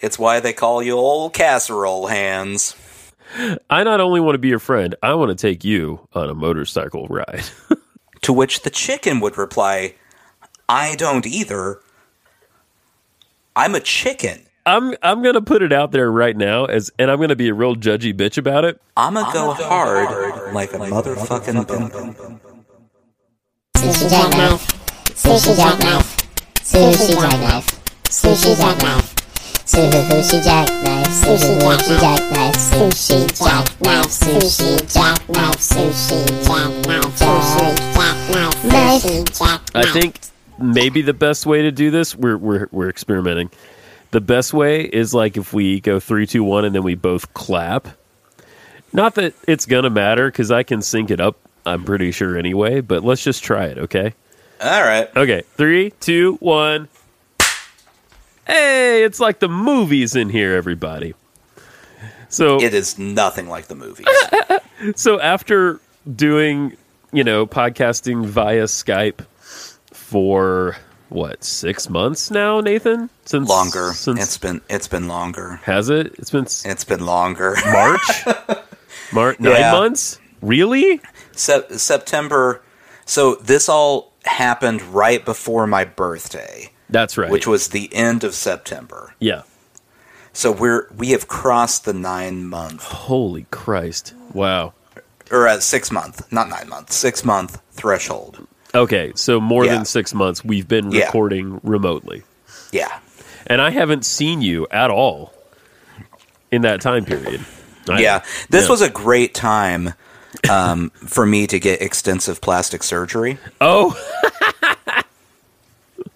It's why they call you old casserole hands. I not only want to be your friend, I want to take you on a motorcycle ride. To which the chicken would reply, I don't either. I'm a chicken. I'm I'm gonna put it out there right now as and I'm gonna be a real judgy bitch about it. I'm going to go hard, like, a motherfucking boom boom. Sushi jackknife. Sushi jackknife. Sushi jackknife. Sushi jackknife. Sushi jackknife. Sushi jackknife. Sushi jackknife. Sushi jackknife. Sushi jackknife. Sushi jackknife. Sushi jackknife. I think maybe the best way to do this we're we're we're experimenting. The best way is like if we go three, two, one, and then we both clap. Not that it's gonna matter because I can sync it up. I'm pretty sure anyway. But let's just try it, okay? All right. Okay, three, two, one. Hey, it's like the movies in here, everybody. So It is nothing like the movies. so after doing you know podcasting via skype for what six months now nathan since Longer. since it's been it's been longer. has it it's been s- It's been longer. march march nine Yeah. months really Sep- September. So this all happened right before my birthday, that's right which was the end of September. yeah So we're we have crossed the nine month holy christ wow or uh, six month, not nine month, six month threshold. okay so more Yeah. than six months we've been Yeah. recording remotely Yeah, and i haven't seen you at all in that time period I- yeah. This yeah. was a great time um, for me to get extensive plastic surgery. oh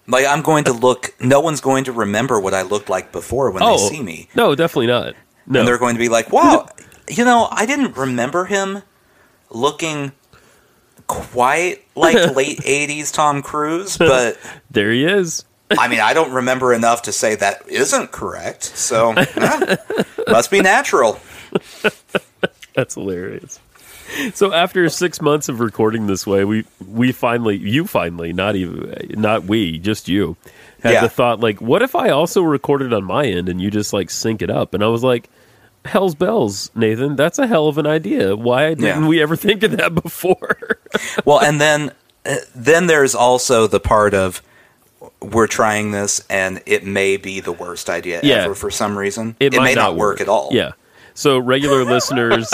Like I'm going to look. No one's going to remember what I looked like before when oh they see me. no definitely not no and they're going to be like, "Wow, you know, I didn't remember him looking quite like late '80s Tom Cruise, but there he is I mean, I don't remember enough to say that isn't correct. So eh, must be natural." That's hilarious. So after six months of recording this way, we we finally, you finally, not even, not we, just you, had Yeah. the thought like, what if I also recorded on my end and you just like sync it up? And I was like, hell's bells, Nathan, that's a hell of an idea. Why didn't Yeah. we ever think of that before? Well, and then uh, then there's also the part of we're trying this, and it may be the worst idea Yeah. ever for some reason. may not work. at all. Yeah. So regular listeners,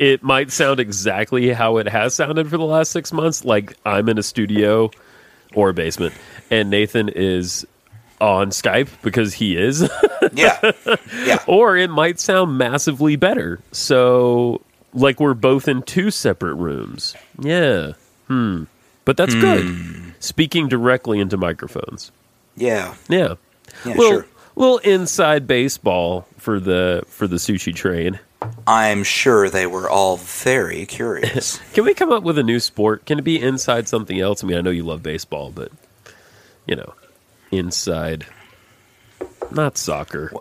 it might sound exactly how it has sounded for the last six months. Like I'm in a studio or a basement, and Nathan is on Skype because he is. yeah, yeah. or it might sound massively better. So like we're both in two separate rooms. Yeah. Hmm. But Hmm. that's good. Speaking directly into microphones. yeah, Yeah. yeah. little, sure, little inside baseball for the for the sushi train. I'm sure they were all very curious. Can we come up with a new sport? Can it be inside something else? I mean, I know you love baseball, but you know, inside not soccer.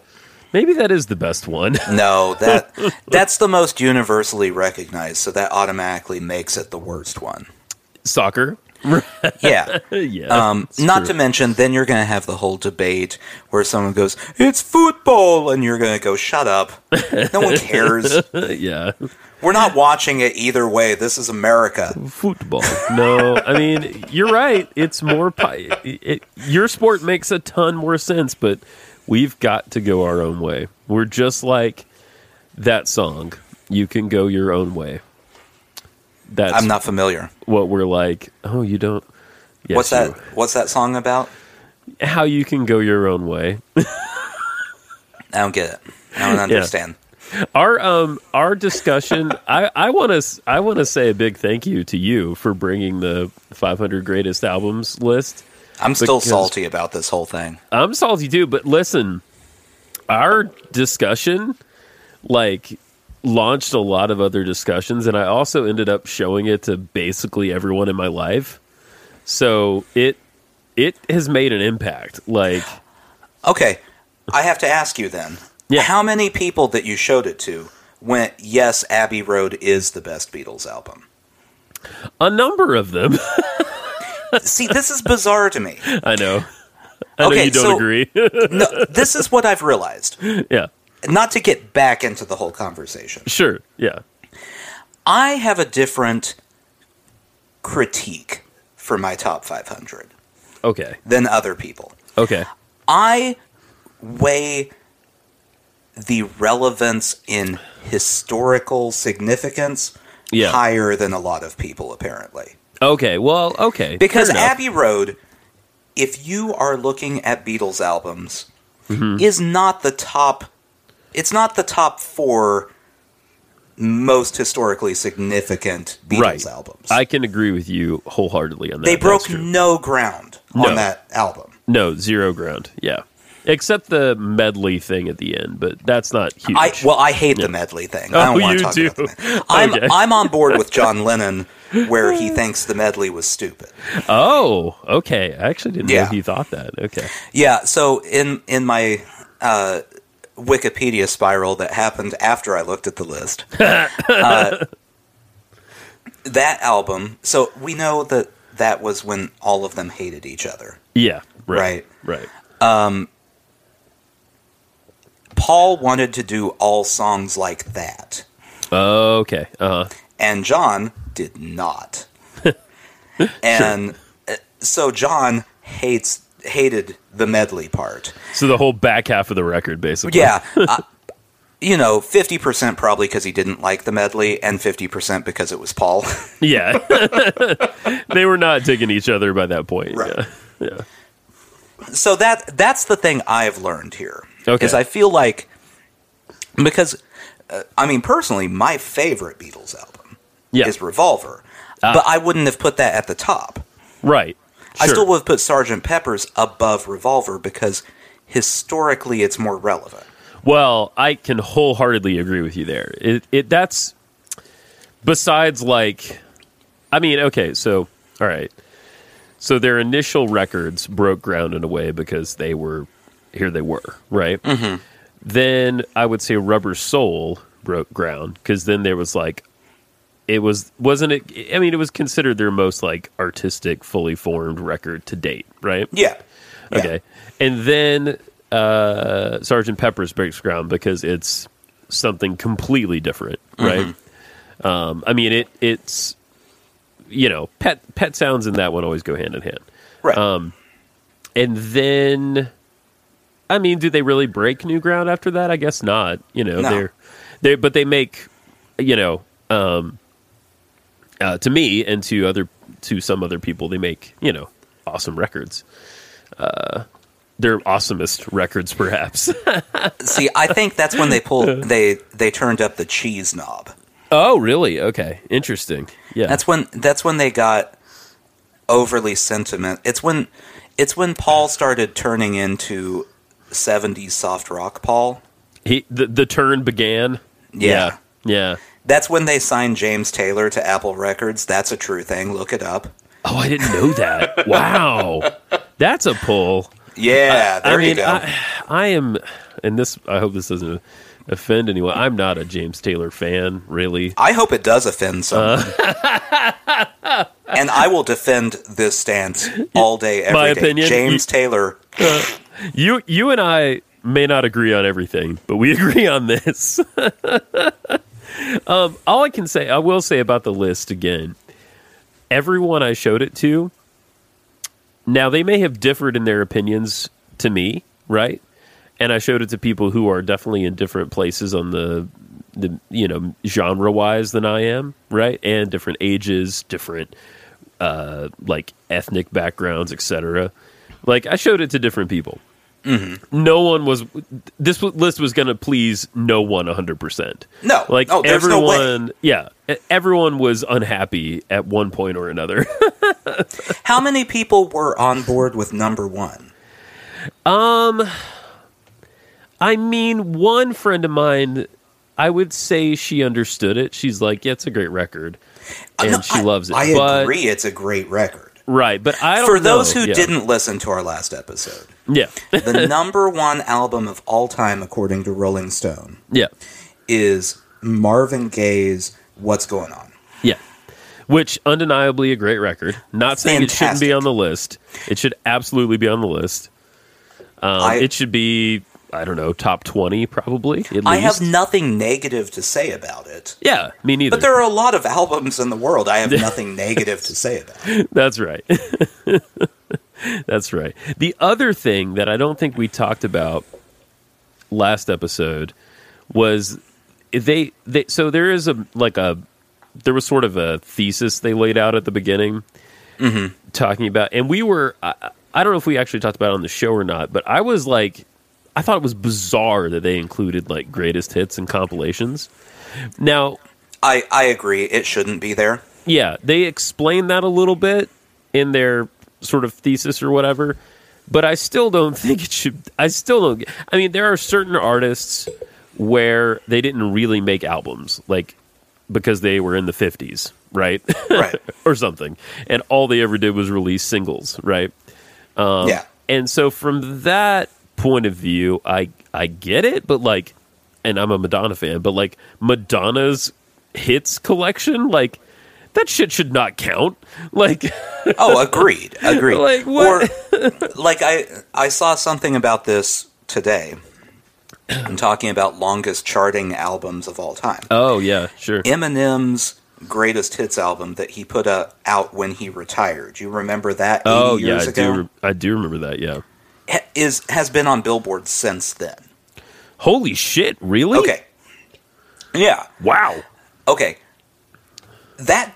Maybe that is the best one. No, that that's the most universally recognized, so that automatically makes it the worst one. soccer. Uh, Yeah. yeah. Um, it's not to true. mention, then you're going to have the whole debate where someone goes, "It's football," and you're going to go, "Shut up! No one cares. Uh, yeah. We're not watching it either way. This is America." Football. No, I mean, you're right. It's more pi- it, it, your sport makes a ton more sense, but we've got to go our own way. We're just like that song. You can go your own way. That's I'm not familiar. what we're like. Oh, you don't. Yes, what's that? you- What's that song about? How you can go your own way. I don't get it. I don't understand. our um our discussion. I I want to I want to say a big thank you to you for bringing the 500 greatest albums list. I'm still Because- salty about this whole thing. I'm salty too, but listen, our discussion like launched a lot of other discussions, and I also ended up showing it to basically everyone in my life. So it it has made an impact. Like Okay, I have to ask you then. Yeah. How many people that you showed it to went, yes, Abbey Road is the best Beatles album? a number of them. See, this is bizarre to me. I know. I know Okay, you don't so- agree. No, this is what I've realized. yeah, Not to get back into the whole conversation. sure. Yeah, I have a different critique for my top 500 okay, than other people. okay, I weigh the relevance in historical significance Yeah. higher than a lot of people, apparently. okay. Well, okay, Because Fair enough. Abbey Road, if you are looking at Beatles albums, Mm-hmm. is not the top. It's not the top four most historically significant Beatles Right. albums. I can agree with you wholeheartedly on that. they That's broke true. no ground No. on that album. no zero ground. Yeah, except the medley thing at the end, but that's not huge. I well, I hate the medley thing. I Oh, don't want you to talk do. about the medley. I'm Okay. I'm on board with John Lennon where he thinks the medley was stupid. oh, okay. I actually didn't Yeah. know you thought that. Okay. Yeah, so in in my uh, Wikipedia spiral that happened after I looked at the list, uh, that album. So we know that that was when all of them hated each other. Yeah. Right. Right. Paul wanted to do all songs like that, Okay. Uh huh. and John did not. and uh, so John hates hated the medley part. So the whole back half of the record, basically. Yeah. uh, you know, 50% probably because he didn't like the medley, and 50% because it was Paul. Yeah. they were not digging each other by that point. Right. Yeah. so that that's the thing I've learned here. Okay. Is I feel like, because, uh, I mean, personally, my favorite Beatles album Yeah. Ah. is Revolver, but I wouldn't have put that at the top. Right. I Sure. still would have put Sgt. Pepper's above Revolver because historically it's more relevant. Well, I can wholeheartedly agree with you there. It, it that's besides like, I mean, okay, so all right, so their initial records broke ground in a way because they were here they were right. Mm-hmm. Then I would say Rubber Soul broke ground because then there was like. It was wasn't it? I mean, it was considered their most like artistic, fully formed record to date, right? Yeah. Yeah. Okay. And then uh, Sergeant Pepper's breaks ground because it's something completely different, right? Um, I mean, it it's you know pet pet sounds and that one always go hand in hand. Right. And then, I mean, do they really break new ground after that? I guess not. You know, No. they're they but they make you know um, uh, to me and to other to some other people they make you know awesome records. Uh, they're awesomest records, perhaps. See, I think that's when they pulled they they turned up the cheese knob. oh, really? Okay, interesting. Yeah, That's when that's when they got overly sentiment. It's when it's when Paul started turning into 70s soft rock Paul. he the, the turn began. Yeah. yeah. That's when they signed James Taylor to Apple Records. That's a true thing. Look it up. Oh, I didn't know that. wow, that's a pull. Yeah, there I you mean, go. I, I am, and this I hope this doesn't offend anyone. I'm not a James Taylor fan, really. I hope it does offend Uh. someone. and I will defend this stance all day, every day. My opinion, James Taylor. You, you and I may not agree on everything, but we agree on this. um, all I can say, I will say about the list again. Everyone I showed it to, now they may have differed in their opinions to me, right? And I showed it to people who are definitely in different places on the the you know genre wise than I am, right? And different ages, different uh, like ethnic backgrounds, etc. Like I showed it to different people. No one was. This w- list was going to please no one hundred percent. No. like No, there's no way. everyone. yeah, e- everyone was unhappy at one point or another. How many people were on board with number one? I mean, one friend of mine, I would say she understood it. She's like, "Yeah, it's a great record," and Uh, No, she I- loves it. I but, agree. It's a great record. Right, but I don't For those know. who Yeah. didn't listen to our last episode, yeah, the number one album of all time, according to Rolling Stone, yeah, is Marvin Gaye's What's Going On. yeah, which undeniably a great record. Not saying it shouldn't be Fantastic. on the list. It should absolutely be on the list. Um, I- it should be, I don't know, top 20 probably. At I least. have nothing negative to say about it. yeah, me neither. But there are a lot of albums in the world I have nothing negative to say about. That's right. That's right. The other thing that I don't think we talked about last episode was they they so there is a like a there was sort of a thesis they laid out at the beginning talking about and we were I, I don't know if we actually talked about it on the show or not, but I was like I thought it was bizarre that they included like greatest hits and compilations. Now, I, I agree, it shouldn't be there. yeah, they explain that a little bit in their sort of thesis or whatever, but I still don't think it should. I still don't. get- I mean, there are certain artists where they didn't really make albums, like because they were in the 50s, right? Right. or something. And all they ever did was release singles, right? Um. yeah. And so from that point of view, I I get it, but like and I'm a Madonna fan, but like Madonna's hits collection, like that shit should not count. Like Oh, agreed. Agreed. Like, what? Or like I I saw something about this today. I'm talking about longest charting albums of all time. Oh yeah, sure. Eminem's greatest hits album that he put uh, out when he retired. You remember that? 80 oh yeah, years I ago? do re- I do remember that, yeah. Ha- is has been on Billboard since then. Holy shit, really? Okay. Yeah. Wow. Okay. That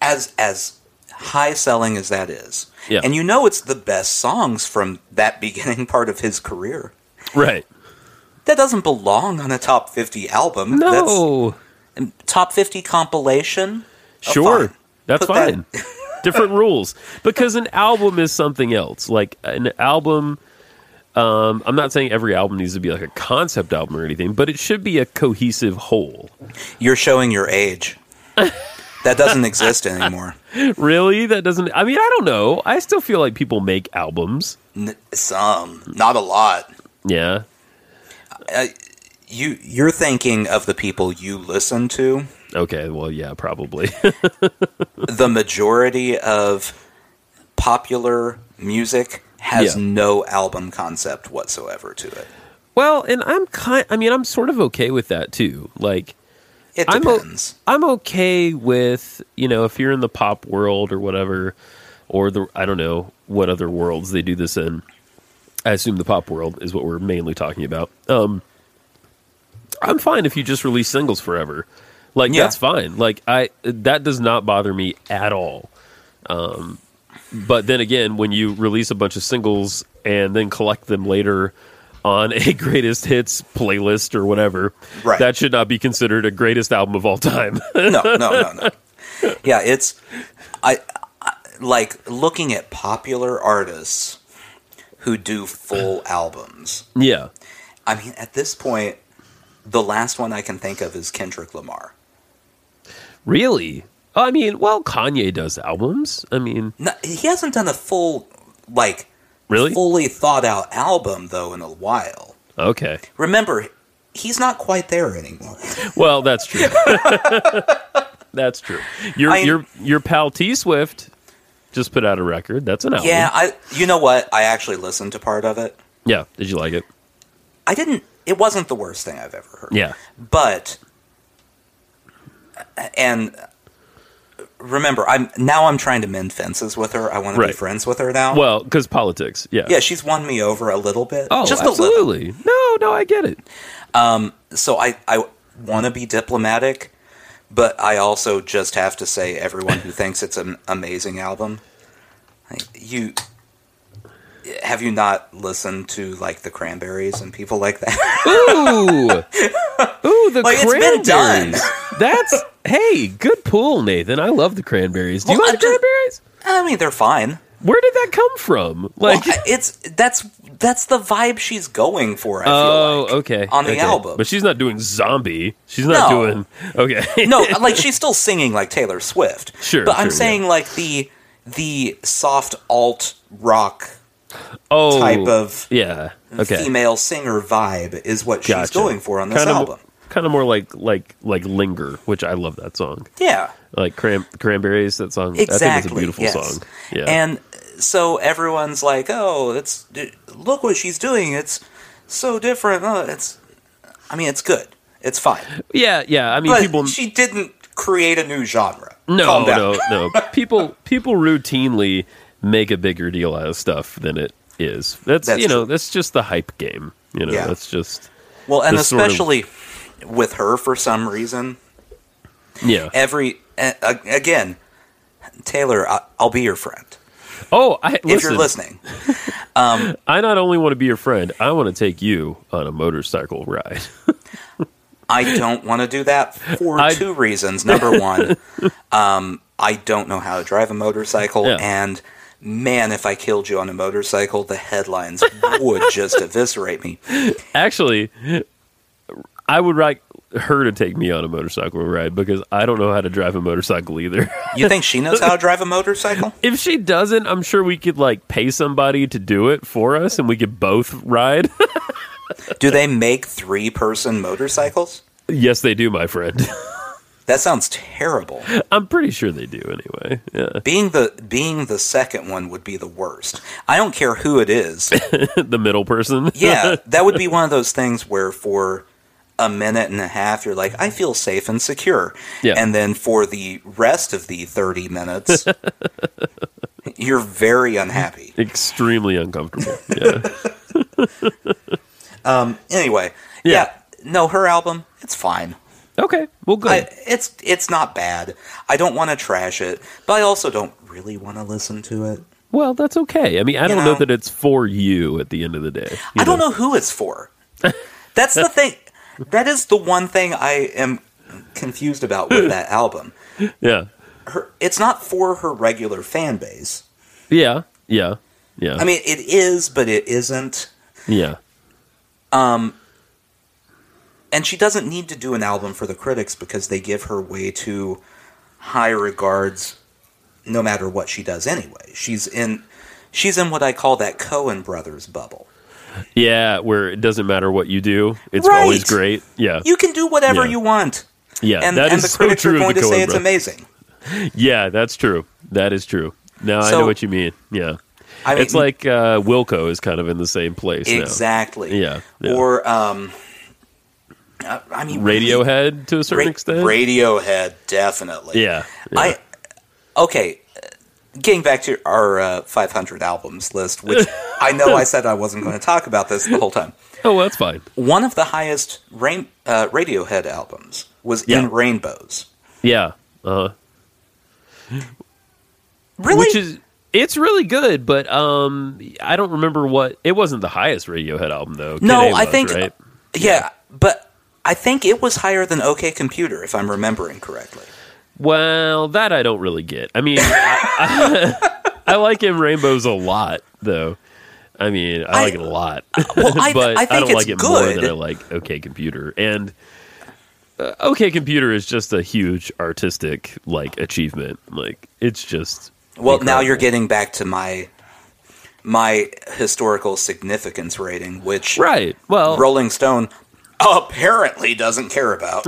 as as high selling as that is. Yeah. And you know it's the best songs from that beginning part of his career. Right. That doesn't belong on a top 50 album. No. That's top 50 compilation. Oh, Sure. fine. That's Put that fine. Different rules. Because an album is something else. Like an album um, I'm not saying every album needs to be like a concept album or anything, but it should be a cohesive whole. You're showing your age. that doesn't exist anymore. really? That doesn't I mean, I don't know. I still feel like people make albums. N- some, not a lot. Uh, Yeah. You you're thinking of the people you listen to. Okay, well, yeah, probably. the majority of popular music has Yeah. no album concept whatsoever to it. well, and I'm kind I mean, I'm sort of okay with that too. Like It I'm o- depends. I'm okay with you know if you're in the pop world or whatever, or the I don't know what other worlds they do this in. I assume the pop world is what we're mainly talking about. Um, I'm fine if you just release singles forever, like Yeah. that's fine. Like I that does not bother me at all. Um, but then again, when you release a bunch of singles and then collect them later on a greatest hits playlist or whatever, Right. that should not be considered a greatest album of all time. no, no, no, no. Yeah, it's I, I like looking at popular artists who do full albums. yeah. I mean, at this point, the last one I can think of is Kendrick Lamar. Really? I mean, well, Kanye does albums. I mean, No, he hasn't done a full like Really? fully thought out album though in a while. okay. Remember, he's not quite there anymore. Well, that's true. that's true. Your I- your your pal T Swift just put out a record. That's an album. Yeah, I you know what? I actually listened to part of it. Yeah. Did you like it? I didn't it wasn't the worst thing I've ever heard. Yeah. But and remember, I'm now I'm trying to mend fences with her. I want to be Right. friends with her now. Well, because politics. Yeah. yeah, she's won me over a little bit. Oh, just a little. absolutely. No, no, I get it. So I I want to be diplomatic, but I also just have to say everyone who thinks it's an amazing album, like, you have you not listened to like the Cranberries and people like that? Ooh, ooh, the Like, it's cranberries. been done. That's hey, good pull, Nathan. I love the cranberries. Do you Well, like I just- cranberries? I mean, they're fine. Where did that come from? Like, Well, I- it's that's that's the vibe she's going for. I feel Oh, like. okay. on the okay. album. But she's not doing zombie. She's not No. doing okay. no, like she's still singing like Taylor Swift. Sure, but I'm sure, saying like the the soft alt rock oh, type of yeah. Okay. female singer vibe is what she's Gotcha. going for on this Kinda mo- album. Kind of more like like like linger, which I love that song. Yeah, Like cran- cranberries, that song. I think it's a exactly. beautiful yes. song. Yeah. and so everyone's like, "Oh, it's look what she's doing. It's so different. Oh, it's I mean, it's good. It's fine." Yeah, yeah. I mean, But people. she didn't create a new genre. no, Calm down. no, no. People, people routinely make a bigger deal out of stuff than it is. That's, That's you know, true. that's just the hype game. You know, Yeah. that's just Well, and the sort of- especially with her for some reason, yeah. every a- a- again, Taylor, I- I'll be your friend oh, I if you're listening. I not only want to be your friend, I want to take you on a motorcycle ride. I don't want to do that for I- two reasons. Number one, um, I don't know how to drive a motorcycle, Yeah. and man, if I killed you on a motorcycle, the headlines would just eviscerate me. Actually, I would like her to take me on a motorcycle ride because I don't know how to drive a motorcycle either. You think she knows how to drive a motorcycle? if she doesn't, I'm sure we could like pay somebody to do it for us and we could both ride. Do they make three person motorcycles? yes, they do, my friend. That sounds terrible. I'm pretty sure they do anyway. Yeah. Being the being the second one would be the worst. I don't care who it is. the middle person. Yeah, that would be one of those things where for a minute and a half you're like, I feel safe and secure. Yeah. And then for the rest of the thirty minutes you're very unhappy. Extremely uncomfortable. Yeah. Anyway, yeah. Yeah. no, her album, it's fine. okay. Well, good. I, it's it's not bad. I don't want to trash it, but I also don't really want to listen to it. Well, that's okay. I mean, I don't know, know? that it's for you at the end of the day. you I don't know who it's for. That's the thing. That is the one thing I am confused about with that album. Yeah. Her, it's not for her regular fan base. Yeah. Yeah. Yeah. I mean, it is, but it isn't. yeah. And she doesn't need to do an album for the critics because they give her way too high regards no matter what she does anyway. She's in she's in what I call that Cohen brothers bubble. Yeah. Where it doesn't matter what you do, it's Right. always great. Yeah. You can do whatever Yeah. you want. yeah. And, that and is the so critics true. are of going the to say Coen it's brothers. amazing. Yeah. That's true. That is true. Now I know So- what you mean. Yeah. I mean, it's like uh, Wilco is kind of in the same place exactly. Yeah, yeah. Or um I I mean now. Radiohead to a certain Ra- extent. Radiohead definitely. yeah. yeah. I okay. Getting back to our uh, 500 albums list, which I know I said I wasn't going to talk about this the whole time. oh, well, that's fine. One of the highest rain, uh, Radiohead albums was Yeah. In Rainbows. Yeah. Uh huh. Really? Which is it's really good, but um I don't remember what it wasn't the highest Radiohead album though. Kid no, A I was, think right? yeah, but I think it was higher than OK Computer, if I'm remembering correctly. Well, that I don't really get. I mean, I, I, I like In Rainbows a lot though. I mean, I, I- like it a lot. well, I- but I I think don't it's like it more than good. I like OK Computer. And uh, OK Computer is just a huge artistic like achievement. Like it's just Well, now incredible. you're getting back to my my historical significance rating, which right. Well, Rolling Stone apparently doesn't care about.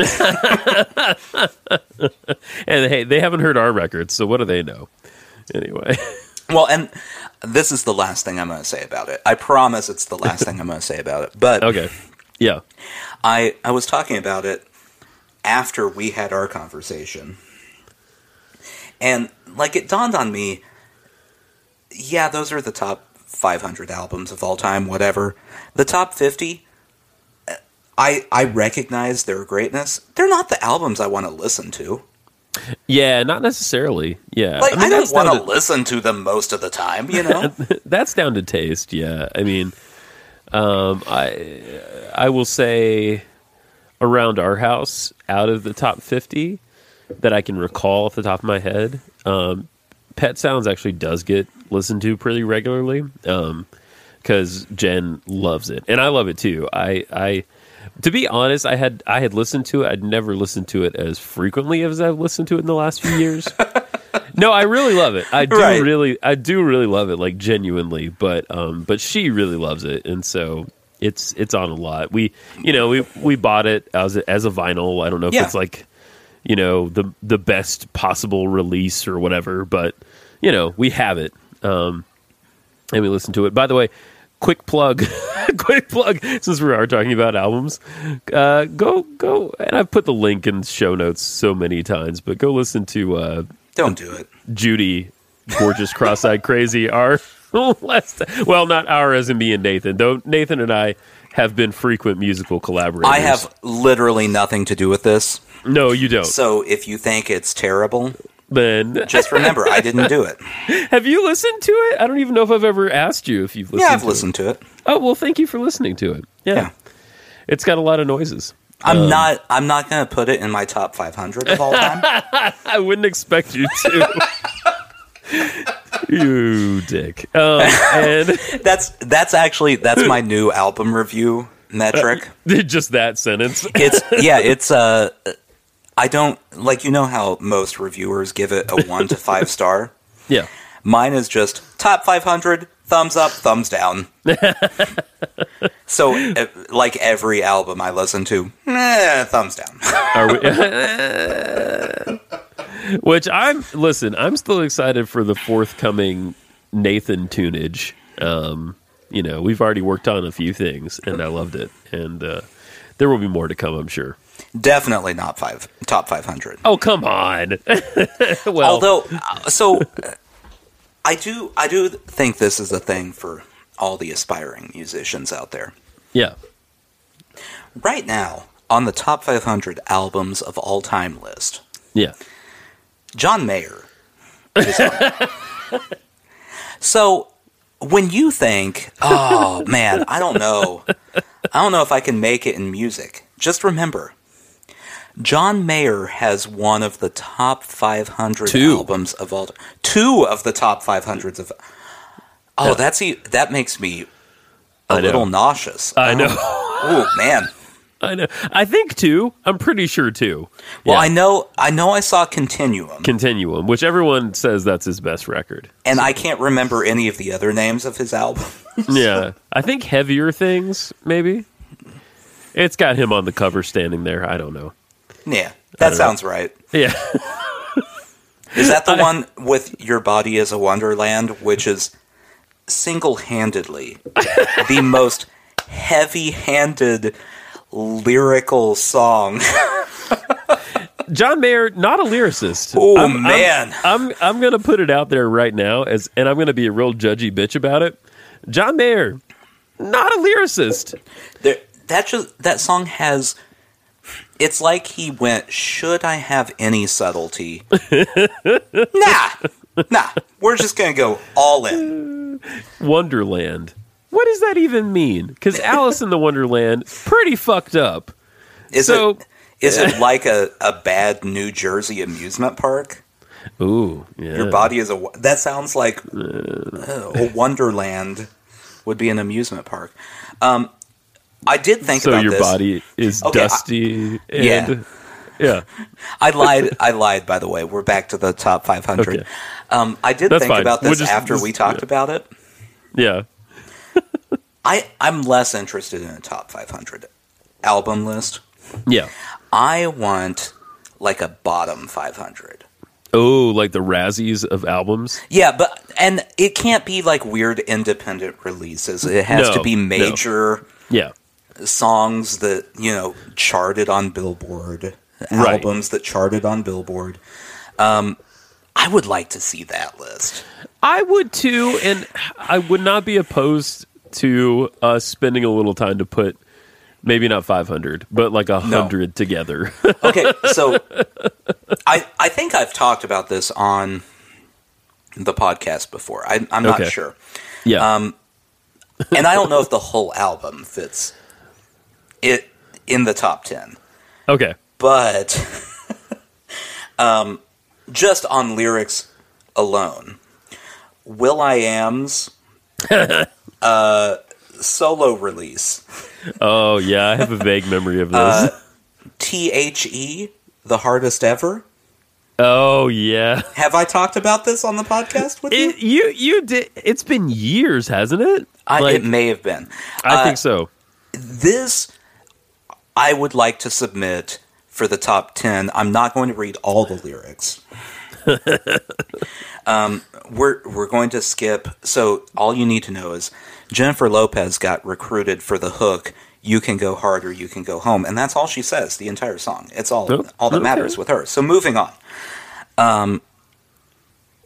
and hey, they haven't heard our records, so what do they know? Anyway. Well, and this is the last thing I'm going to say about it. I promise it's the last thing I'm going to say about it. But Okay. Yeah. I, I was talking about it after we had our conversation. And, like, it dawned on me yeah, those are the top 500 albums of all time, whatever. The top 50, uh, I, I recognize their greatness. They're not the albums I want to listen to. Yeah, not necessarily. Yeah. Like, I, mean, don't that's down want to listen to them most of the time, you know? to that's down to taste, yeah. I mean, um I I will say around our house out of the top 50 that I can recall off the top of my head, um Pet Sounds actually does get listened to pretty regularly. Um because Jen loves it, and I love it too. I, I, to be honest, I had I had listened to it. I'd never listened to it as frequently as I've listened to it in the last few years. no, I really love it. I do Right. really, I do really love it, like genuinely. But, um, but she really loves it, and so it's it's on a lot. We, you know, we we bought it as a, as a vinyl. I don't know if Yeah. it's like, you know, the the best possible release or whatever, but you know, we have it. Um, and we listened to it. By the way, quick plug, quick plug. Since we are talking about albums, uh, go go, and I've put the link in show notes so many times, but go listen to uh, Don't do it. Judy, gorgeous, cross-eyed, crazy. Our last, well, not our as in me and Nathan. Though Nathan and I have been frequent musical collaborators. I have literally nothing to do with this. no, you don't. So if you think it's terrible, then just remember I didn't do it. have you listened to it? I don't even know if I've ever asked you if you've listened. Yeah, I've to listened to it. It. Oh well, thank you for listening to it. Yeah, Yeah. it's got a lot of noises. I'm not. I'm not going to put it in my top 500 of all time. I wouldn't expect you to. you dick. Um, and that's that's actually that's my new album review metric. just that sentence. It's yeah. It's uh, I don't like you know how most reviewers give it a one to five star. Yeah. Mine is just top 500, thumbs up, thumbs down. so, eh, like every album I listen to, eh, thumbs down. Are we? Which I'm listen. I'm still excited for the forthcoming Nathan tunage. Um, you know, we've already worked on a few things, and I loved it, and uh, there will be more to come, I'm sure. Definitely not five top 500. Oh, come on. well, Although, uh, so eh, I do I do think this is a thing for all the aspiring musicians out there. yeah, Right now, on the top 500 albums of all time list, yeah, John Mayer. is on. so when you think, oh man, I don't know. I don't know if I can make it in music. Just remember, John Mayer has one of the top 500 Two. albums of all two of the top 500s of Oh, that's e- that makes me a I know. little nauseous. I know. Oh man. I know. I think two. I'm pretty sure two. Well, Yeah. I know I know I saw Continuum Continuum, which everyone says that's his best record. and I can't remember any of the other names of his album. Yeah. I think Heavier Things, maybe. It's got him on the cover standing there. I don't know. Yeah, that sounds right. Yeah. Is that the one with Your Body is a Wonderland, which is single handedly the most heavy handed lyrical song? John Mayer, not a lyricist. Oh, I'm- I'm- man. I'm, I'm, going to put it out there right now, as, and I'm going to be a real judgy bitch about it. John Mayer, not a lyricist. There, that, just, that song has. It's like he went, Should I have any subtlety? nah, nah. We're just going to go all in. Wonderland. What does that even mean? Because Alice in the Wonderland, pretty fucked up. Is, So- it, is it like a, a bad New Jersey amusement park? Ooh, yeah. Your body is a. wo- That sounds like uh, a Wonderland would be an amusement park. Um, I did think so about your this. body is Okay, I- dusty Yeah. and yeah. I lied. I lied. By the way, we're back to the top 500. Okay. Um, I did That's think fine. about We'll this just- after just- we talked about it. Yeah. I I'm less interested in a top 500 album list. Yeah. I want like a bottom 500. Oh, like the Razzies of albums. Yeah, but and it can't be like weird independent releases. It has No, to be no. major. Yeah. songs that you know charted on Billboard, Right. albums that charted on Billboard. Um, I would like to see that list. I would too, and I would not be opposed to us spending a little time to put maybe not 500, but like a hundred together. Okay, so I I think I've talked about this on the podcast before. I, I'm not Okay. sure, yeah. Um, and I don't know if the whole album fits it in the top ten. okay. but um, just on lyrics alone, Will I Am's uh, solo release, Oh yeah, I have a vague memory of this. Uh, T H E, the hardest ever. oh yeah. Have I talked about this on the podcast with you? It, you you did. It's been years, hasn't it? I, Like, it may have been. I uh, think so. This I would like to submit for the top ten. I'm not going to read all the lyrics. Um, we're we're going to skip. So all you need to know is Jennifer Lopez got recruited for the hook. You can go hard or you can go home, and that's all she says the entire song. It's all Oh, all that okay. matters with her. So moving on,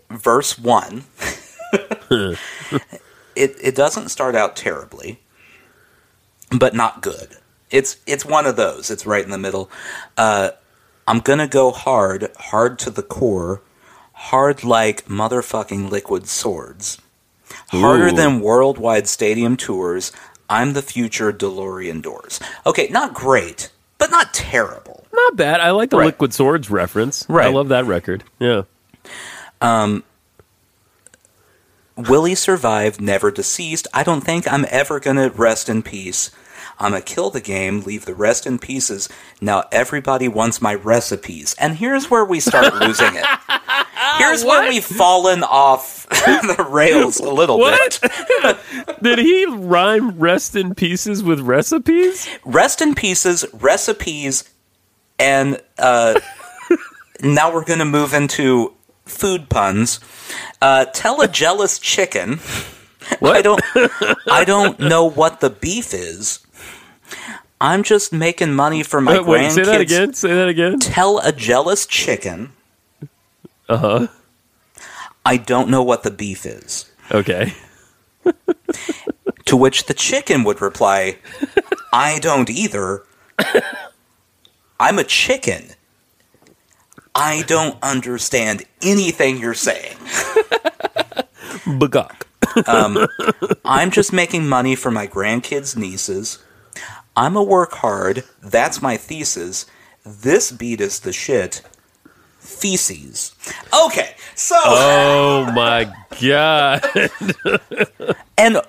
um, verse one. it it doesn't start out terribly, but not good. It's it's one of those. It's right in the middle. Uh, I'm gonna go hard, hard to the core, hard like motherfucking liquid swords. Harder Ooh. than worldwide stadium tours. I'm the future DeLorean doors. Okay, not great, but not terrible. Not bad. I like the Right. Liquid Swords reference. I Right. love that record. Yeah. Willie survived, never deceased. I don't think I'm ever gonna rest in peace. I'ma kill the game, leave the rest in pieces. Now everybody wants my recipes. And here's where we start losing it. Here's where we've fallen off the rails a little What? bit. Did he rhyme rest in pieces with recipes? Rest in pieces, recipes, and uh, now we're gonna move into food puns. Uh, tell a jealous chicken. What? I don't I don't know what the beef is. I'm just making money for my Uh, wait, grandkids. say that again. Say that again. Tell a jealous chicken. Uh huh. I don't know what the beef is. Okay. To which the chicken would reply, I don't either. I'm a chicken. I don't understand anything you're saying. Bagok. I'm just making money for my grandkids' nieces. I'm a work hard. That's my thesis. This beat is the shit. Feces. Okay, so Oh my god. and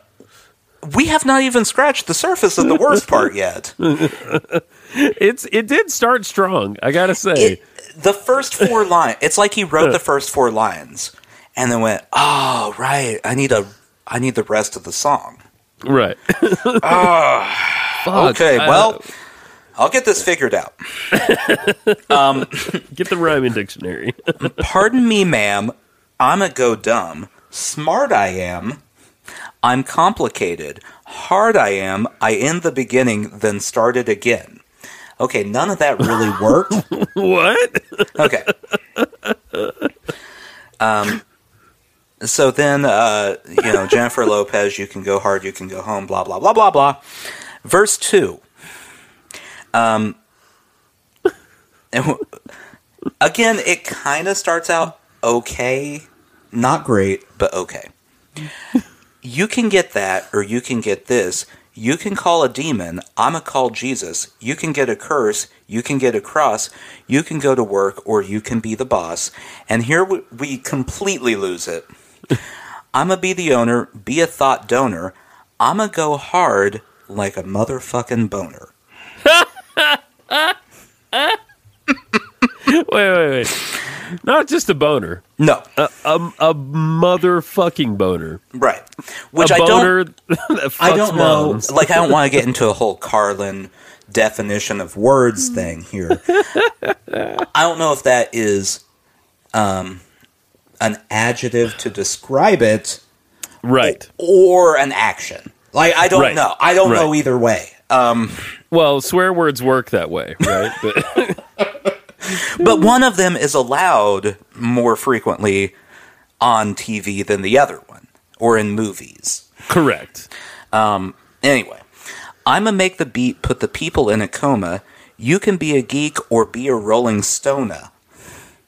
we have not even scratched the surface of the worst part yet. It's it did start strong. I gotta say. It- the first four lines. It's like he wrote the first four lines and then went, "Oh right, I need a, I need the rest of the song." right. Fuck. Ah. Okay, Uh, well, I'll get this figured out. get the rhyming dictionary. Pardon me, ma'am. I'm a go dumb. Smart I am. I'm complicated. Hard I am. I end the beginning, then start it again. Okay, none of that really worked. what? Okay. Um, so then, uh, you know, Jennifer Lopez, you can go hard, you can go home, blah, blah, blah, blah, blah. Verse Um, 2. Um, and w- again, it kind of starts out okay. Not great, but okay. You can get that, or you can get this. You can call a demon. I'm a call Jesus. You can get a curse. You can get a cross. You can go to work, or you can be the boss. And here we, we completely lose it. I'm a be the owner. Be a thought donor. I'm a go hard like a motherfucking boner. Wait, wait, wait. Not just a boner. No, Um, a motherfucking boner. right. Which a I don't. boner that fucks I don't know. moms. Like, I don't want to get into a whole Carlin definition of words thing here. I don't know if that is um, an adjective to describe it Right. or an action. Like, I don't Right. know. I don't know Right. either way. Um, Well, swear words work that way, right? But, but one of them is allowed more frequently on TV than the other one or in movies. correct. Anyway, I'm going to make the beat put the people in a coma. You can be a geek or be a Rolling Stoner.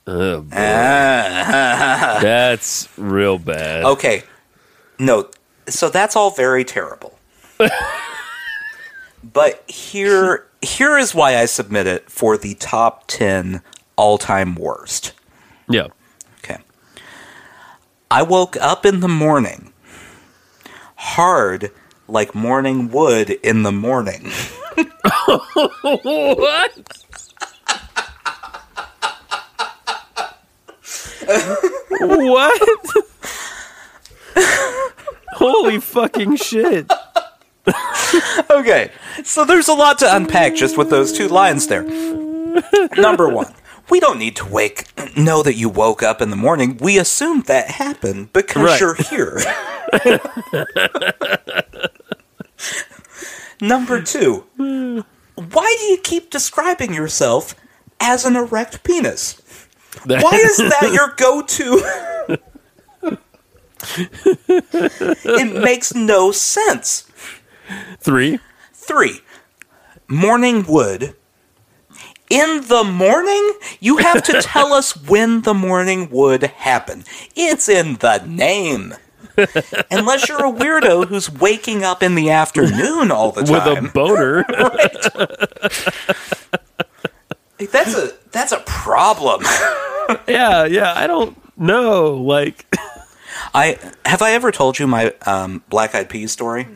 Oh, boy. Ah. That's real bad. Okay. No. So that's all very terrible. but here here is why I submit it for the top 10 all-time worst. Yeah. Okay. I woke up in the morning. Hard like morning wood in the morning. What? what? Holy fucking shit. Okay, so there's a lot to unpack just with those two lines there. Number one, we don't need to wake know that you woke up in the morning. We assumed that happened because Right. you're here. Number two, why do you keep describing yourself as an erect penis? That- Why is that your go to? it makes no sense. Three. Three, morning wood. In the morning? You have to tell us when the morning would happen. It's in the name. Unless you're a weirdo who's waking up in the afternoon all the With time. a boner. Like, that's a that's a problem. yeah, yeah. I don't know. Like, I have I ever told you my um, black eyed peas story?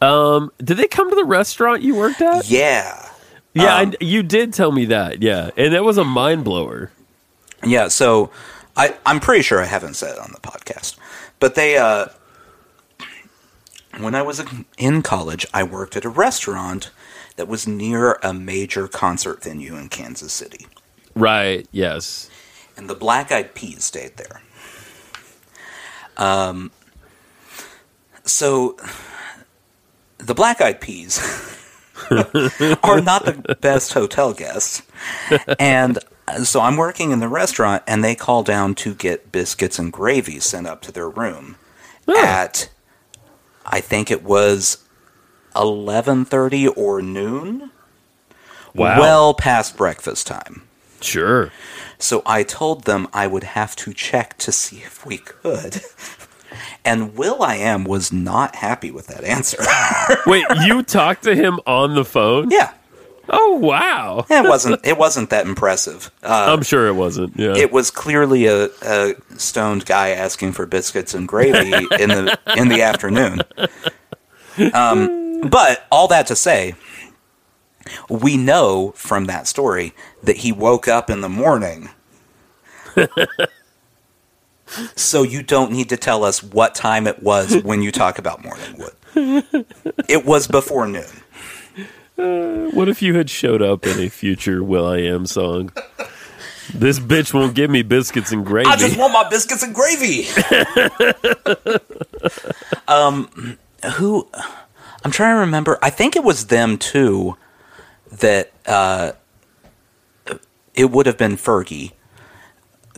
um, did they come to the restaurant you worked at? Yeah. Yeah, Um, I, you did tell me that. Yeah, and that was a mind blower. Yeah, so I, I'm pretty sure I haven't said it on the podcast, but they, uh, when I was in college, I worked at a restaurant that was near a major concert venue in Kansas City, Right. Yes. and the Black Eyed Peas stayed there. Um, so the Black Eyed Peas are not the best hotel guests. And uh, so I'm working in the restaurant, and they call down to get biscuits and gravy sent up to their room Yeah. at, I think it was 11.30 or noon. Wow. Well past breakfast time. sure. So I told them I would have to check to see if we could. And Will I Am was not happy with that answer. Wait, you talked to him on the phone? yeah. Oh wow. It wasn't it wasn't that impressive. Uh, I'm sure it wasn't. Yeah. it was clearly a, a stoned guy asking for biscuits and gravy in the in the afternoon. Um, but all that to say, we know from that story that he woke up in the morning. so you don't need to tell us what time it was when you talk about morning wood. It was before noon. what if you had showed up in a future Will I Am song? This bitch won't give me biscuits and gravy. I just want my biscuits and gravy. um, who? I'm trying to remember. I think it was them too. That uh, it would have been Fergie.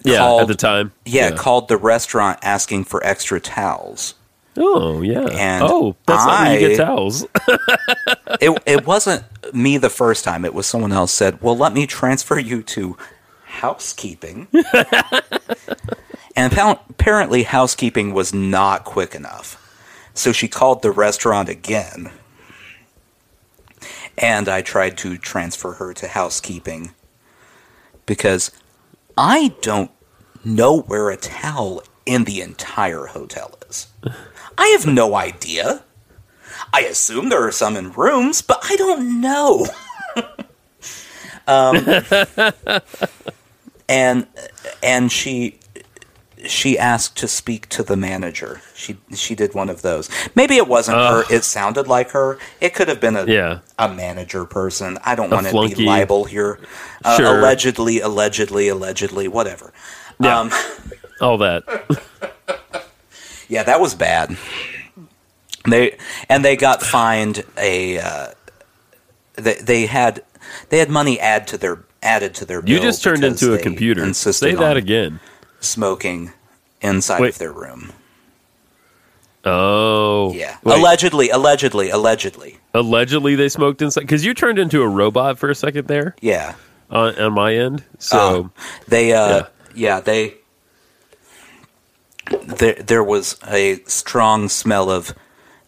yeah, at called- the time. Yeah, called the restaurant asking for extra towels. oh yeah. And oh, that's not where you get I- towels. It it wasn't me the first time. It was someone else said, "Well, let me transfer you to housekeeping." and appar- apparently, housekeeping was not quick enough, so she called the restaurant again, and I tried to transfer her to housekeeping because I don't know where a towel in the entire hotel is. I have no idea. I assume there are some in rooms, but I don't know. um, and and she she asked to speak to the manager. She she did one of those. Maybe it wasn't her. It sounded like her. It could have been a Yeah. a manager person. I don't want to flunky. be liable here. Uh, Sure. Allegedly, allegedly, allegedly, whatever. Yeah. Um, All that. yeah, that was bad. They and they got fined a. Uh, they they had they had money add to their added to their. You bill just turned because into a they computer. Insisted Say that on again. Smoking inside Wait. of their room. Oh. Yeah, Wait, allegedly, allegedly, allegedly. allegedly they smoked inside because you turned into a robot for a second there Yeah. on, on my end. So They, uh, yeah. they. There, there was a strong smell of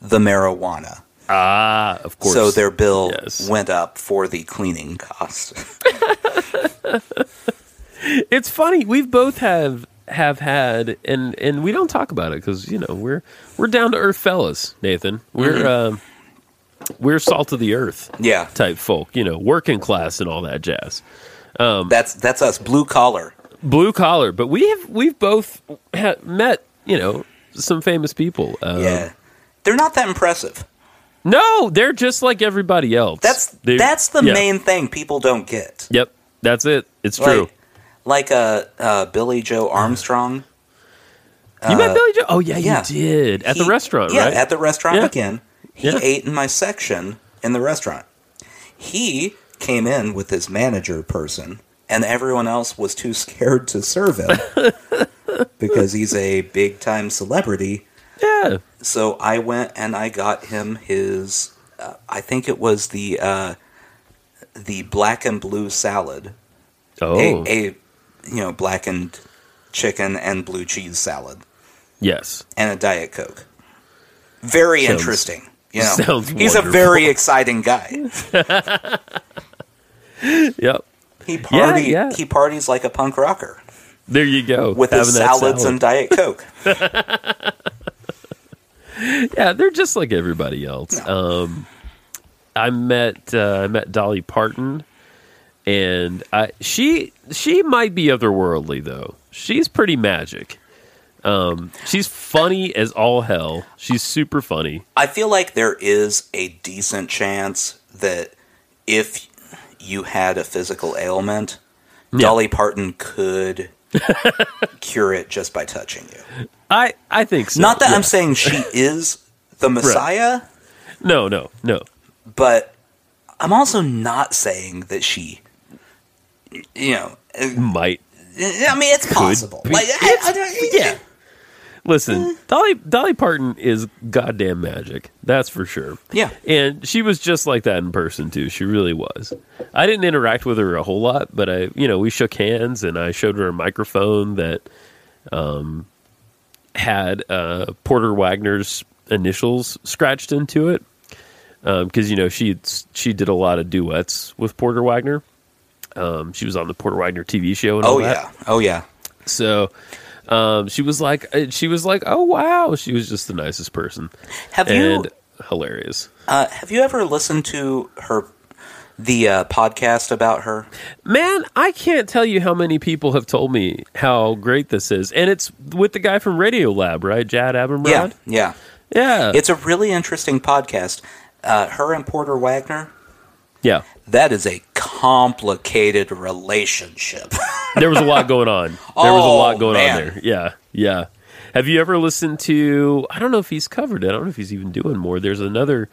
the marijuana, ah, of course. so their bill Yes. went up for the cleaning cost. It's funny. We've both have have had and and we don't talk about it because you know we're we're down to earth fellas, Nathan. We're Mm-hmm. um we're salt of the earth yeah, type folk. You know, working class and all that jazz, that's that's us, blue collar. blue collar. But we have we've both ha- met you know some famous people. Um, yeah, they're not that impressive. No, they're just like everybody else. That's They- that's the yeah. main thing people don't get. Yep. That's it. It's Like- true. like a uh, Billy Joe Armstrong. you met Billy Joe? Oh yeah, uh, yeah. you did at the He- restaurant, yeah, right? at the restaurant Yeah. again. He Yeah. ate in my section in the restaurant. He came in with his manager person, and everyone else was too scared to serve him because he's a big time celebrity. yeah. So I went and I got him his. Uh, I think it was the uh, the black and blue salad, Oh a, a you know blackened chicken and blue cheese salad yes. and a diet coke. Very Sounds- interesting. You know, sounds he's a wonderful. very exciting guy. Yep. He party yeah. he parties like a punk rocker There you go. with his having that salads and diet salad. coke. yeah, they're just like everybody else. Um, I met uh, I met Dolly Parton, and I, she she might be otherworldly though. She's pretty magic. Um, she's funny as all hell. She's super funny. I feel like there is a decent chance that if you had a physical ailment, Dolly Parton could cure it just by touching you. I I think so. Not that Yeah. I'm saying she is the Messiah, no no no. but I'm also not saying that she, you know, uh, Might I mean, it's possible. be. Like, I, I don't- yeah. Eh. Listen, Dolly Dolly Parton is goddamn magic. That's for sure. Yeah. And she was just like that in person too. She really was. I didn't interact with her a whole lot, but I, you know, we shook hands and I showed her a microphone that um had uh Porter Wagner's initials scratched into it. Um 'cause cuz you know, she she did a lot of duets with Porter Wagner. Um she was on the Porter Wagner TV show and all Oh that. yeah. Oh yeah. So um, she was like, uh, she was like, oh wow, she was just the nicest person Have and you hilarious. uh, have you ever listened to her the uh, podcast about her? Man, I can't tell you how many people have told me how great this is, and it's with the guy from Radio Lab, right, Jad Yeah. Abumrad? Yeah. Yeah, It's a really interesting podcast. Uh, her and Porter Wagner. yeah. That is a complicated relationship. There was a lot going on. There was a lot Oh, going man. on there. Yeah, yeah. Have you ever listened to? I don't know if he's covered it. I don't know if he's even doing more. There's another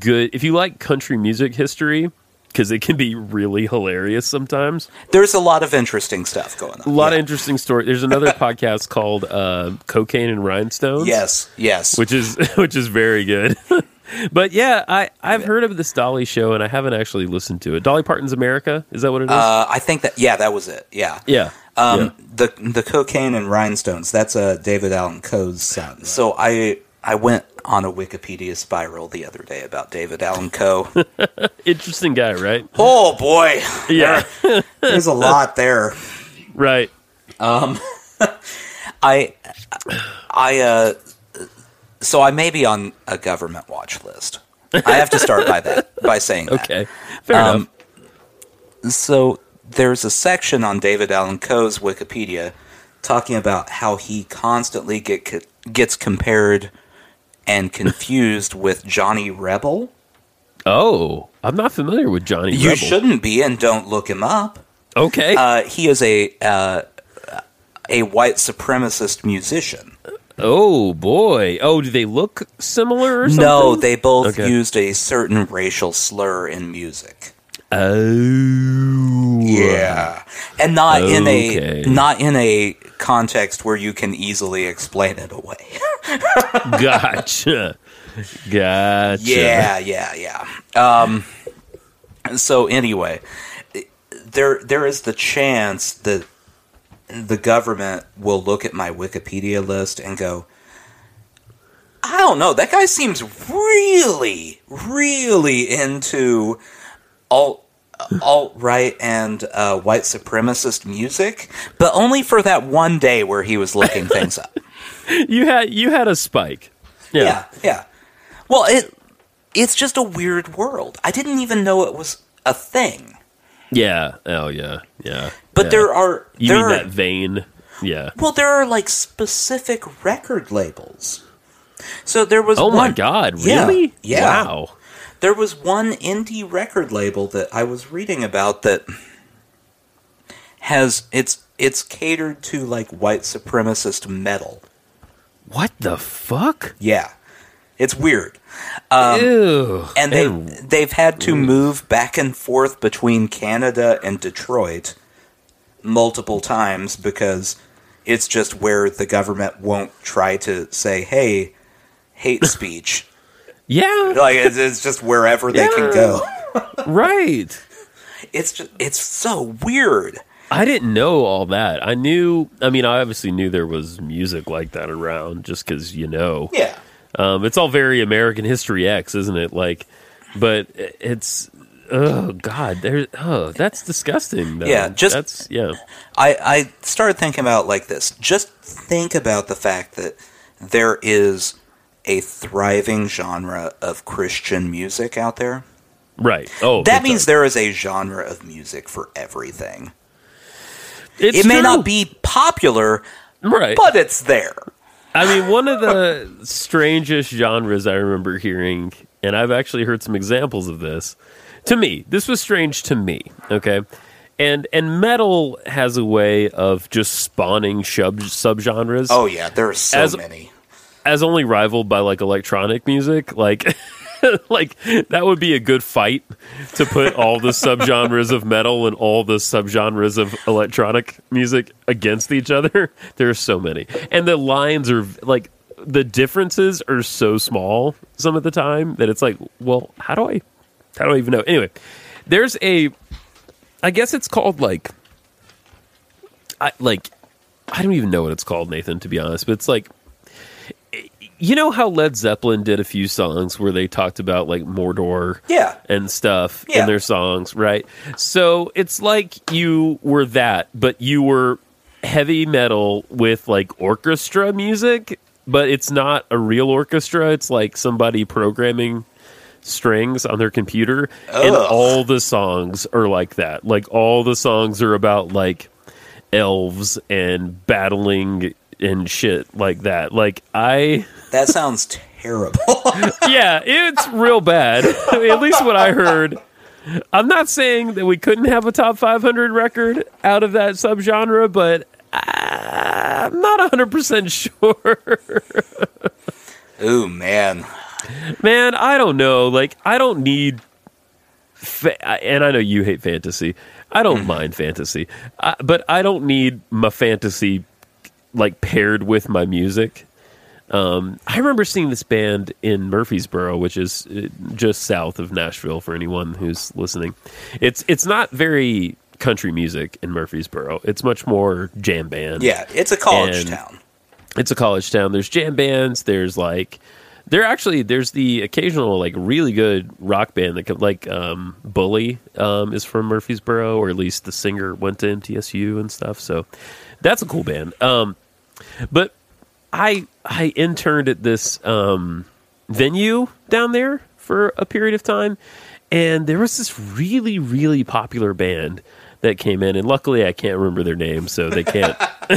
good. If you like country music history, because it can be really hilarious sometimes. There's a lot of interesting stuff going on. A lot of interesting story. There's another podcast called uh, "Cocaine and Rhinestones." Yes. Yes. which is which is very good. but yeah, I I've heard of this Dolly show, and I haven't actually listened to it. Dolly Parton's America is that what it is? uh, I think that. Yeah. That was it. Yeah. yeah. Um, the the cocaine and rhinestones. That's uh, David Allen Coe's son. So I I went on a Wikipedia spiral the other day about David Allen Coe. Yeah. Interesting guy, right? oh boy, Yeah. there's a lot there. right. I I uh, so I may be on a government watch list. I have to start by that by saying that. Okay. Fair Um, enough. so there's a section on David Allen Coe's Wikipedia talking about how he constantly get co- gets compared and confused with Johnny Rebel. Oh, I'm not familiar with Johnny. You Rebel. shouldn't be, and don't look him up. Okay. Uh, he is a uh, a white supremacist musician. oh boy. Oh, do they look similar or something? No, they both Okay. used a certain racial slur in music. Oh. Yeah, and not in a Okay. not in a context where you can easily explain it away. Gotcha. Gotcha. Yeah, yeah, yeah. Um, so anyway, there there is the chance that the government will look at my Wikipedia list and go, I don't know, that guy seems really, really into alt alt right and uh, white supremacist music, but only for that one day where he was looking things up. You had you had a spike. Yeah, yeah. Well, it it's just a weird world. I didn't even know it was a thing. Yeah. Oh yeah. Yeah. But yeah. there are you there mean are, that vein? Yeah. well, there are like specific record labels. So there was Oh my one- God! Yeah, Really? yeah. Wow. There was one indie record label that I was reading about that has it's it's catered to like white supremacist metal. What the fuck? Yeah, it's weird. Ew. Um, and they they've had to move back and forth between Canada and Detroit multiple times because it's just where the government won't try to say, "Hey, hate speech." yeah, like it's, it's just wherever they can Yeah. go. right. It's just it's so weird. I didn't know all that. I knew. I mean, I obviously knew there was music like that around, just because you know. Yeah. Um, it's all very American History X, isn't it? Like, but it's oh god, there. Oh, that's disgusting. Though. Yeah, just- that's yeah. I, I started thinking about it like this. Just think about the fact that there is a thriving genre of Christian music out there. Right. Oh, That big means time. there is a genre of music for everything. It's it may true. not be popular, right. but it's there. I mean, one of the strangest genres I remember hearing, and I've actually heard some examples of this. To me, this was strange to me. Okay, and and metal has a way of just spawning sub subgenres Oh yeah, there are so As- many. as only rivaled by like electronic music, like like that would be a good fight to put all the subgenres of metal and all the subgenres of electronic music against each other. There are so many, and the lines are like the differences are so small some of the time that it's like, well, how do I how do I even know? Anyway, there's a I guess it's called like I like I don't even know what it's called, Nathan, to be honest, but it's like you know how Led Zeppelin did a few songs where they talked about like Mordor Yeah. and stuff Yeah. in their songs, right? So it's like you were that, but you were heavy metal with like orchestra music, but it's not a real orchestra. It's like somebody programming strings on their computer and Ugh. all the songs are like that like all the songs are about like elves and battling and shit like that like i That sounds terrible. yeah it's real bad I mean, at least what i heard i'm not saying that we couldn't have a top 500 record out of that subgenre but i'm not 100% sure Ooh man. Man, I don't know. Like, I don't need. Fa- and I know you hate fantasy. I don't mind fantasy, I, but I don't need my fantasy like paired with my music. Um, I remember seeing this band in Murfreesboro, which is uh, just south of Nashville. For anyone who's listening, it's it's not very country music in Murfreesboro. It's much more jam band Yeah, it's a college And- town. it's a college town. There's jam bands. There's like, there actually there's the occasional like really good rock band that could like um, Bully um, is from Murfreesboro, or at least the singer went to MTSU and stuff. So that's a cool band. Um, but I I interned at this um, venue down there for a period of time, and there was this really really popular band that came in, and luckily I can't remember their name, so they can't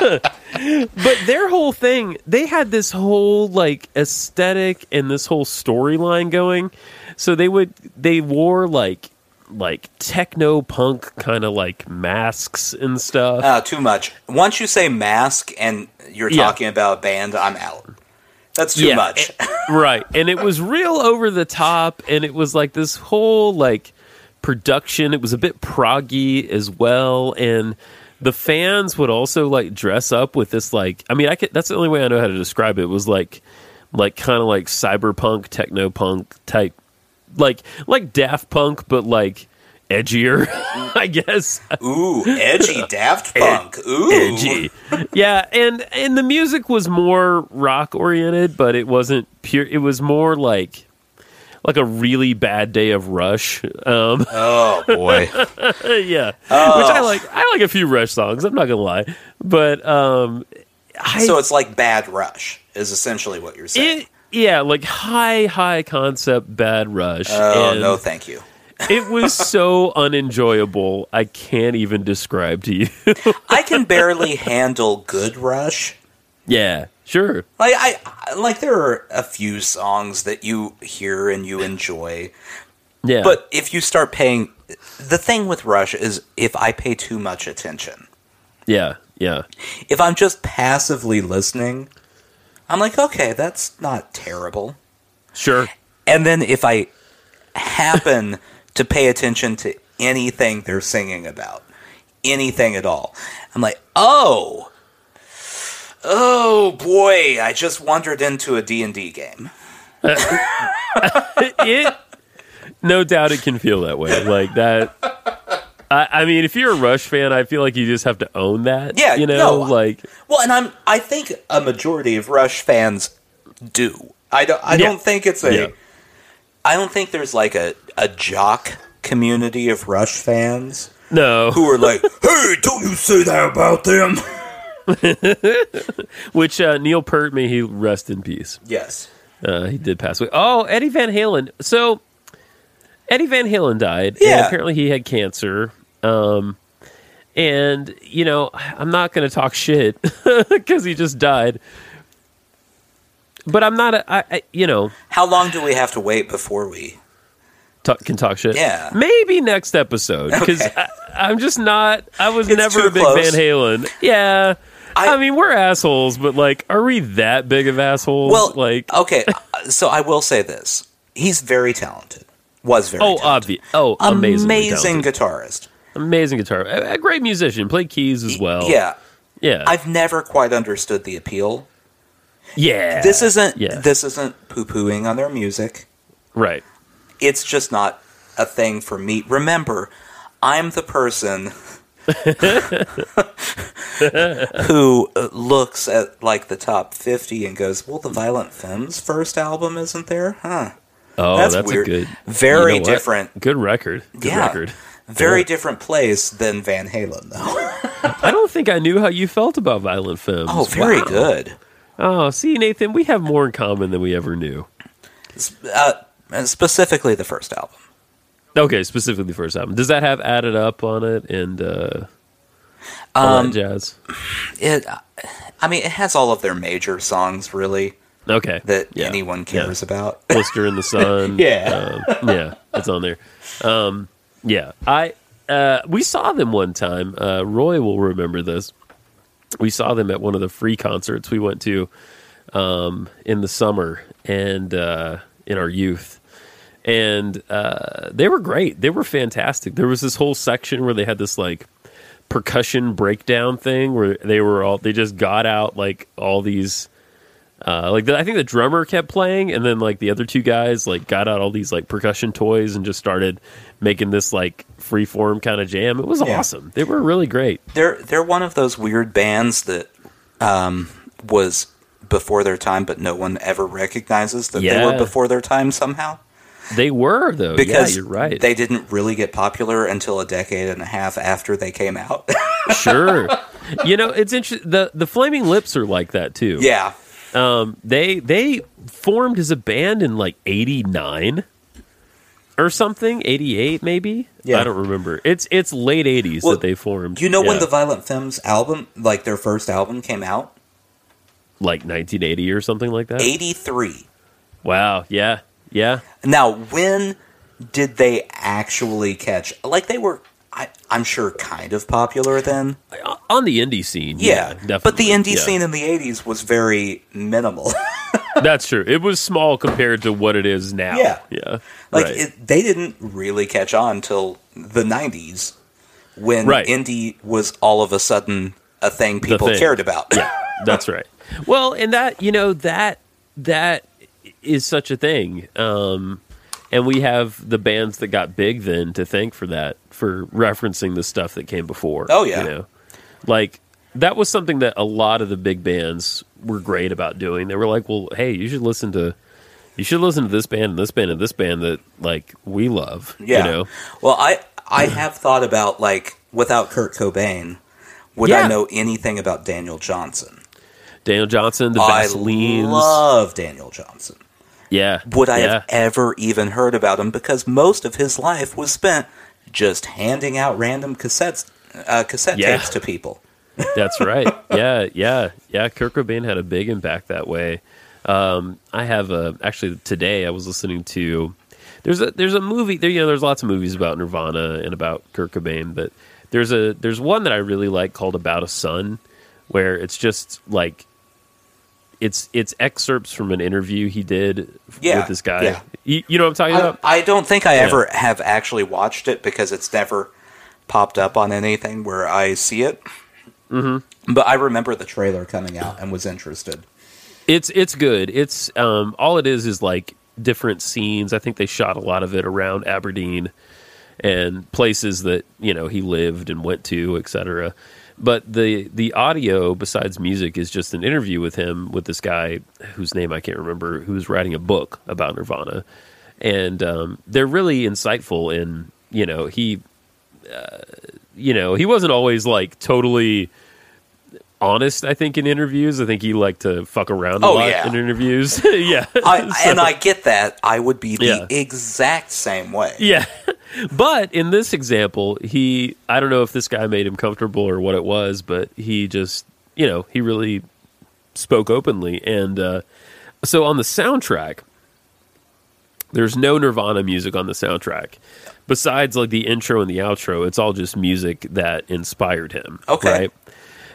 but their whole thing, they had this whole like aesthetic and this whole storyline going. So they would they wore like like techno punk kind of like masks and stuff. Uh, too much. Once you say mask and you're Yeah. talking about a band, I'm out. That's too Yeah. much. right and it was real over the top and it was like this whole like production it was a bit proggy as well and the fans would also like dress up with this like i mean i could that's the only way i know how to describe it, was like like kind of like cyberpunk techno punk type like like daft punk but like edgier i guess Ooh, edgy Daft Punk. Ooh. edgy. yeah, and and the music was more rock oriented, but it wasn't pure. It was more like like a really bad day of Rush. Um, Oh boy. yeah, which Oh. I like. I like a few Rush songs. I'm not gonna lie, but um, I so it's like Bad Rush is essentially what you're saying. it, yeah, like high high concept bad Rush. oh and no, thank you. it was so unenjoyable. I can't even describe to you. I can barely handle Good Rush. yeah, sure. Like I I- like there are a few songs that you hear and you enjoy, Yeah. But if you start paying, the thing with Rush is if I pay too much attention, yeah, yeah. if I'm just passively listening, I'm like, okay, that's not terrible. Sure. And then if I happen to pay attention to anything they're singing about, anything at all, I'm like, oh, oh boy, I just wandered into a D&D game. it no doubt it can feel that way like that I, I mean if you're a rush fan i feel like you just have to own that Yeah, you know no. like Well, and I'm I think a majority of Rush fans do. I don't I Yeah. don't think it's a. Yeah. I don't think there's like a a jock community of Rush fans no who are like, "Hey, don't you say that about them." which uh, neil peart may he rest in peace Yes. uh, he did pass away oh eddie van halen so eddie van halen died and Yeah. apparently he had cancer um, and you know i'm not going to talk shit because he just died but i'm not a, I, I, you know How long do we have to wait before we? talk, can talk shit. Yeah. maybe next episode because Okay. I'm just not. I was It's never too a big close. Van Halen. Yeah, I, I- mean we're assholes, but like, are we that big of assholes? Well, oh, like, okay. uh, So I will say this: he's very talented. Was very oh, talented. obvious. Oh, amazing, amazing amazing, guitarist. amazing guitar. A, a great musician. Played keys as well. yeah, yeah, I've never quite understood the appeal. yeah. This isn't yeah. this isn't poo pooing on their music. right. It's just not a thing for me. Remember, I'm the person who uh, looks at like the top 50 and goes, "Well, the Violent Femmes first album isn't there?" Huh. Oh, that's, That's a weird. good, Very you know what? different. Good record. Good Yeah. record. Very Yeah. different place than Van Halen though. I don't think I knew how you felt about Violent Femmes. oh, very Wow. good. Oh, see, Nathan, we have more in common than we ever knew. Uh, and specifically the first album. Okay, specifically the first album. Does that have added up on it and uh, all Um, that jazz? it uh, i mean it has all of their major songs really Okay, that yeah, anyone cares about Yeah. Blister in the sun. Yeah. um, yeah, it's on there. Um, yeah, I uh, we saw them one time. Uh, Roy will remember this. We saw them at one of the free concerts we went to um, in the summer and uh, in our youth. and uh, they were great. They were fantastic. There was this whole section where they had this like percussion breakdown thing where they were all they just got out like all these uh, like the, I think the drummer kept playing, and then like the other two guys like got out all these like percussion toys and just started making this like free form kind of jam. It was Yeah. awesome. They were really great. they're they're one of those weird bands that um was before their time but no one ever recognizes that they Yeah. were before their time somehow They were though. because yeah, you're right. they didn't really get popular until a decade and a half after they came out sure. You know, it's interesting. The the Flaming Lips are like that too. yeah Um, they they formed as a band in like '89 or something, '88 maybe. Yeah. I don't remember. It's it's late '80s Well, that they formed. you know when the Yeah. violent femmes album like their first album came out like 1980 or something like that. 83 Wow. Yeah. Yeah. Now, when did they actually catch? Like they were, I, I'm sure, kind of popular then. O- On the indie scene. Yeah, definitely. but the indie Yeah. scene in the '80s was very minimal. That's true. It was small compared to what it is now. Yeah. Yeah. like right. it, they didn't really catch on till the '90s, when Right. indie was all of a sudden a thing people thing. cared about. yeah, that's right. Well, and that you know that that is such a thing, um, and we have the bands that got big then to thank for that for referencing the stuff that came before. Oh, yeah. you know, like that was something that a lot of the big bands were great about doing. They were like, well, hey, you should listen to. You should listen to this band and this band and this band that like we love. yeah. You know? Well, I I have thought about like without Kurt Cobain, would Yeah. I know anything about Daniel Johnson? Daniel Johnson, the I Vaseline's. love Daniel Johnson. yeah. would I yeah. have ever even heard about him because most of his life was spent just handing out random cassettes, uh, cassette Yeah. tapes to people. That's right. Yeah, yeah, yeah. Kurt Cobain had a big impact that way. Um, I have a actually today I was listening to There's a there's a movie there. You know, there's lots of movies about Nirvana and about Kurt Cobain, but there's a there's one that I really like called About a Son, where it's just like it's it's excerpts from an interview he did Yeah, with this guy. yeah. You, you know what I'm talking I, about? I don't think I ever have actually watched it because it's never popped up on anything where I see it. Mm-hmm. But I remember the trailer coming out and was interested. It's it's good. It's um all it is is like different scenes. I think they shot a lot of it around Aberdeen and places that, you know, he lived and went to, etc. But the the audio besides music is just an interview with him with this guy whose name I can't remember who's writing a book about Nirvana. And um they're really insightful in, you know, he uh, you know, he wasn't always like totally honest. I think in interviews, I think he liked to fuck around a Oh, lot yeah. in interviews. yeah, I, and I get that. I would be the Yeah. exact same way. yeah. But in this example, he I don't know if this guy made him comfortable or what it was, but he just you know he really spoke openly and uh, so on the soundtrack. There's no Nirvana music on the soundtrack. Besides like the intro and the outro, it's all just music that inspired him. Okay. Right?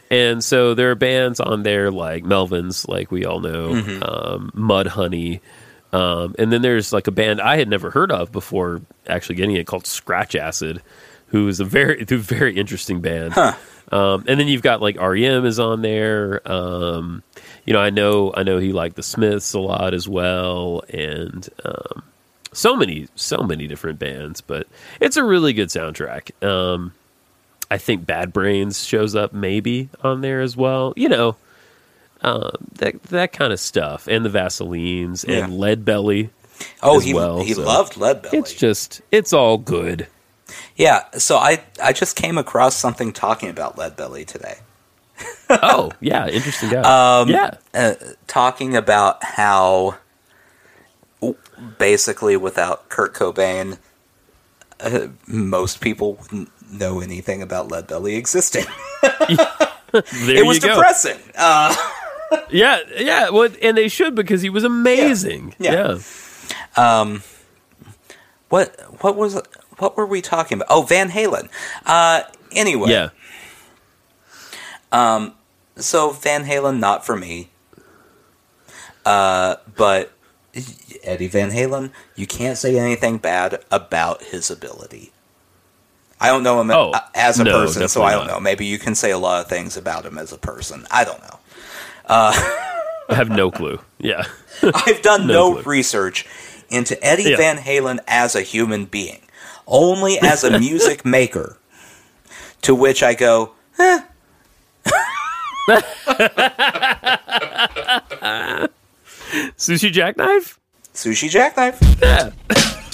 And so there are bands on there like Melvins, like we all know, um, Mud Honey. Um, and then there's like a band I had never heard of before actually getting it called Scratch Acid, who is a very, a very interesting band. Um, and then you've got like REM is on there. Um, you know, I know, I know he liked the Smiths a lot as well. And, um, so many, so many different bands, but it's a really good soundtrack. Um, I think Bad Brains shows up maybe on there as well. You know, um, that that kind of stuff, and the Vaseline's and Yeah. Lead Belly. Oh, As he well, he so- loved Leadbelly. It's just it's all good. yeah. So I I just came across something talking about Leadbelly today. Oh yeah, interesting guy. Um, yeah, uh, talking about how basically without Kurt Cobain, uh, most people wouldn't know anything about Lead Belly existing. there it was you go. depressing. Uh, Yeah, yeah. Well, and they should because he was amazing. Yeah. Yeah, Yeah. what what was what were we talking about? Oh, Van Halen. Uh, anyway, Yeah. so Van Halen not for me. Uh, but Eddie Van Halen, you can't say anything bad about his ability. I don't know him Oh, uh, as a no, person, so definitely I don't not. know. Maybe you can say a lot of things about him as a person. I don't know. I have no clue. Yeah, I've done no, clue. research into Eddie Yeah. Van Halen as a human being, only as a music maker. To which I go, sushi jackknife. Sushi Jackknife.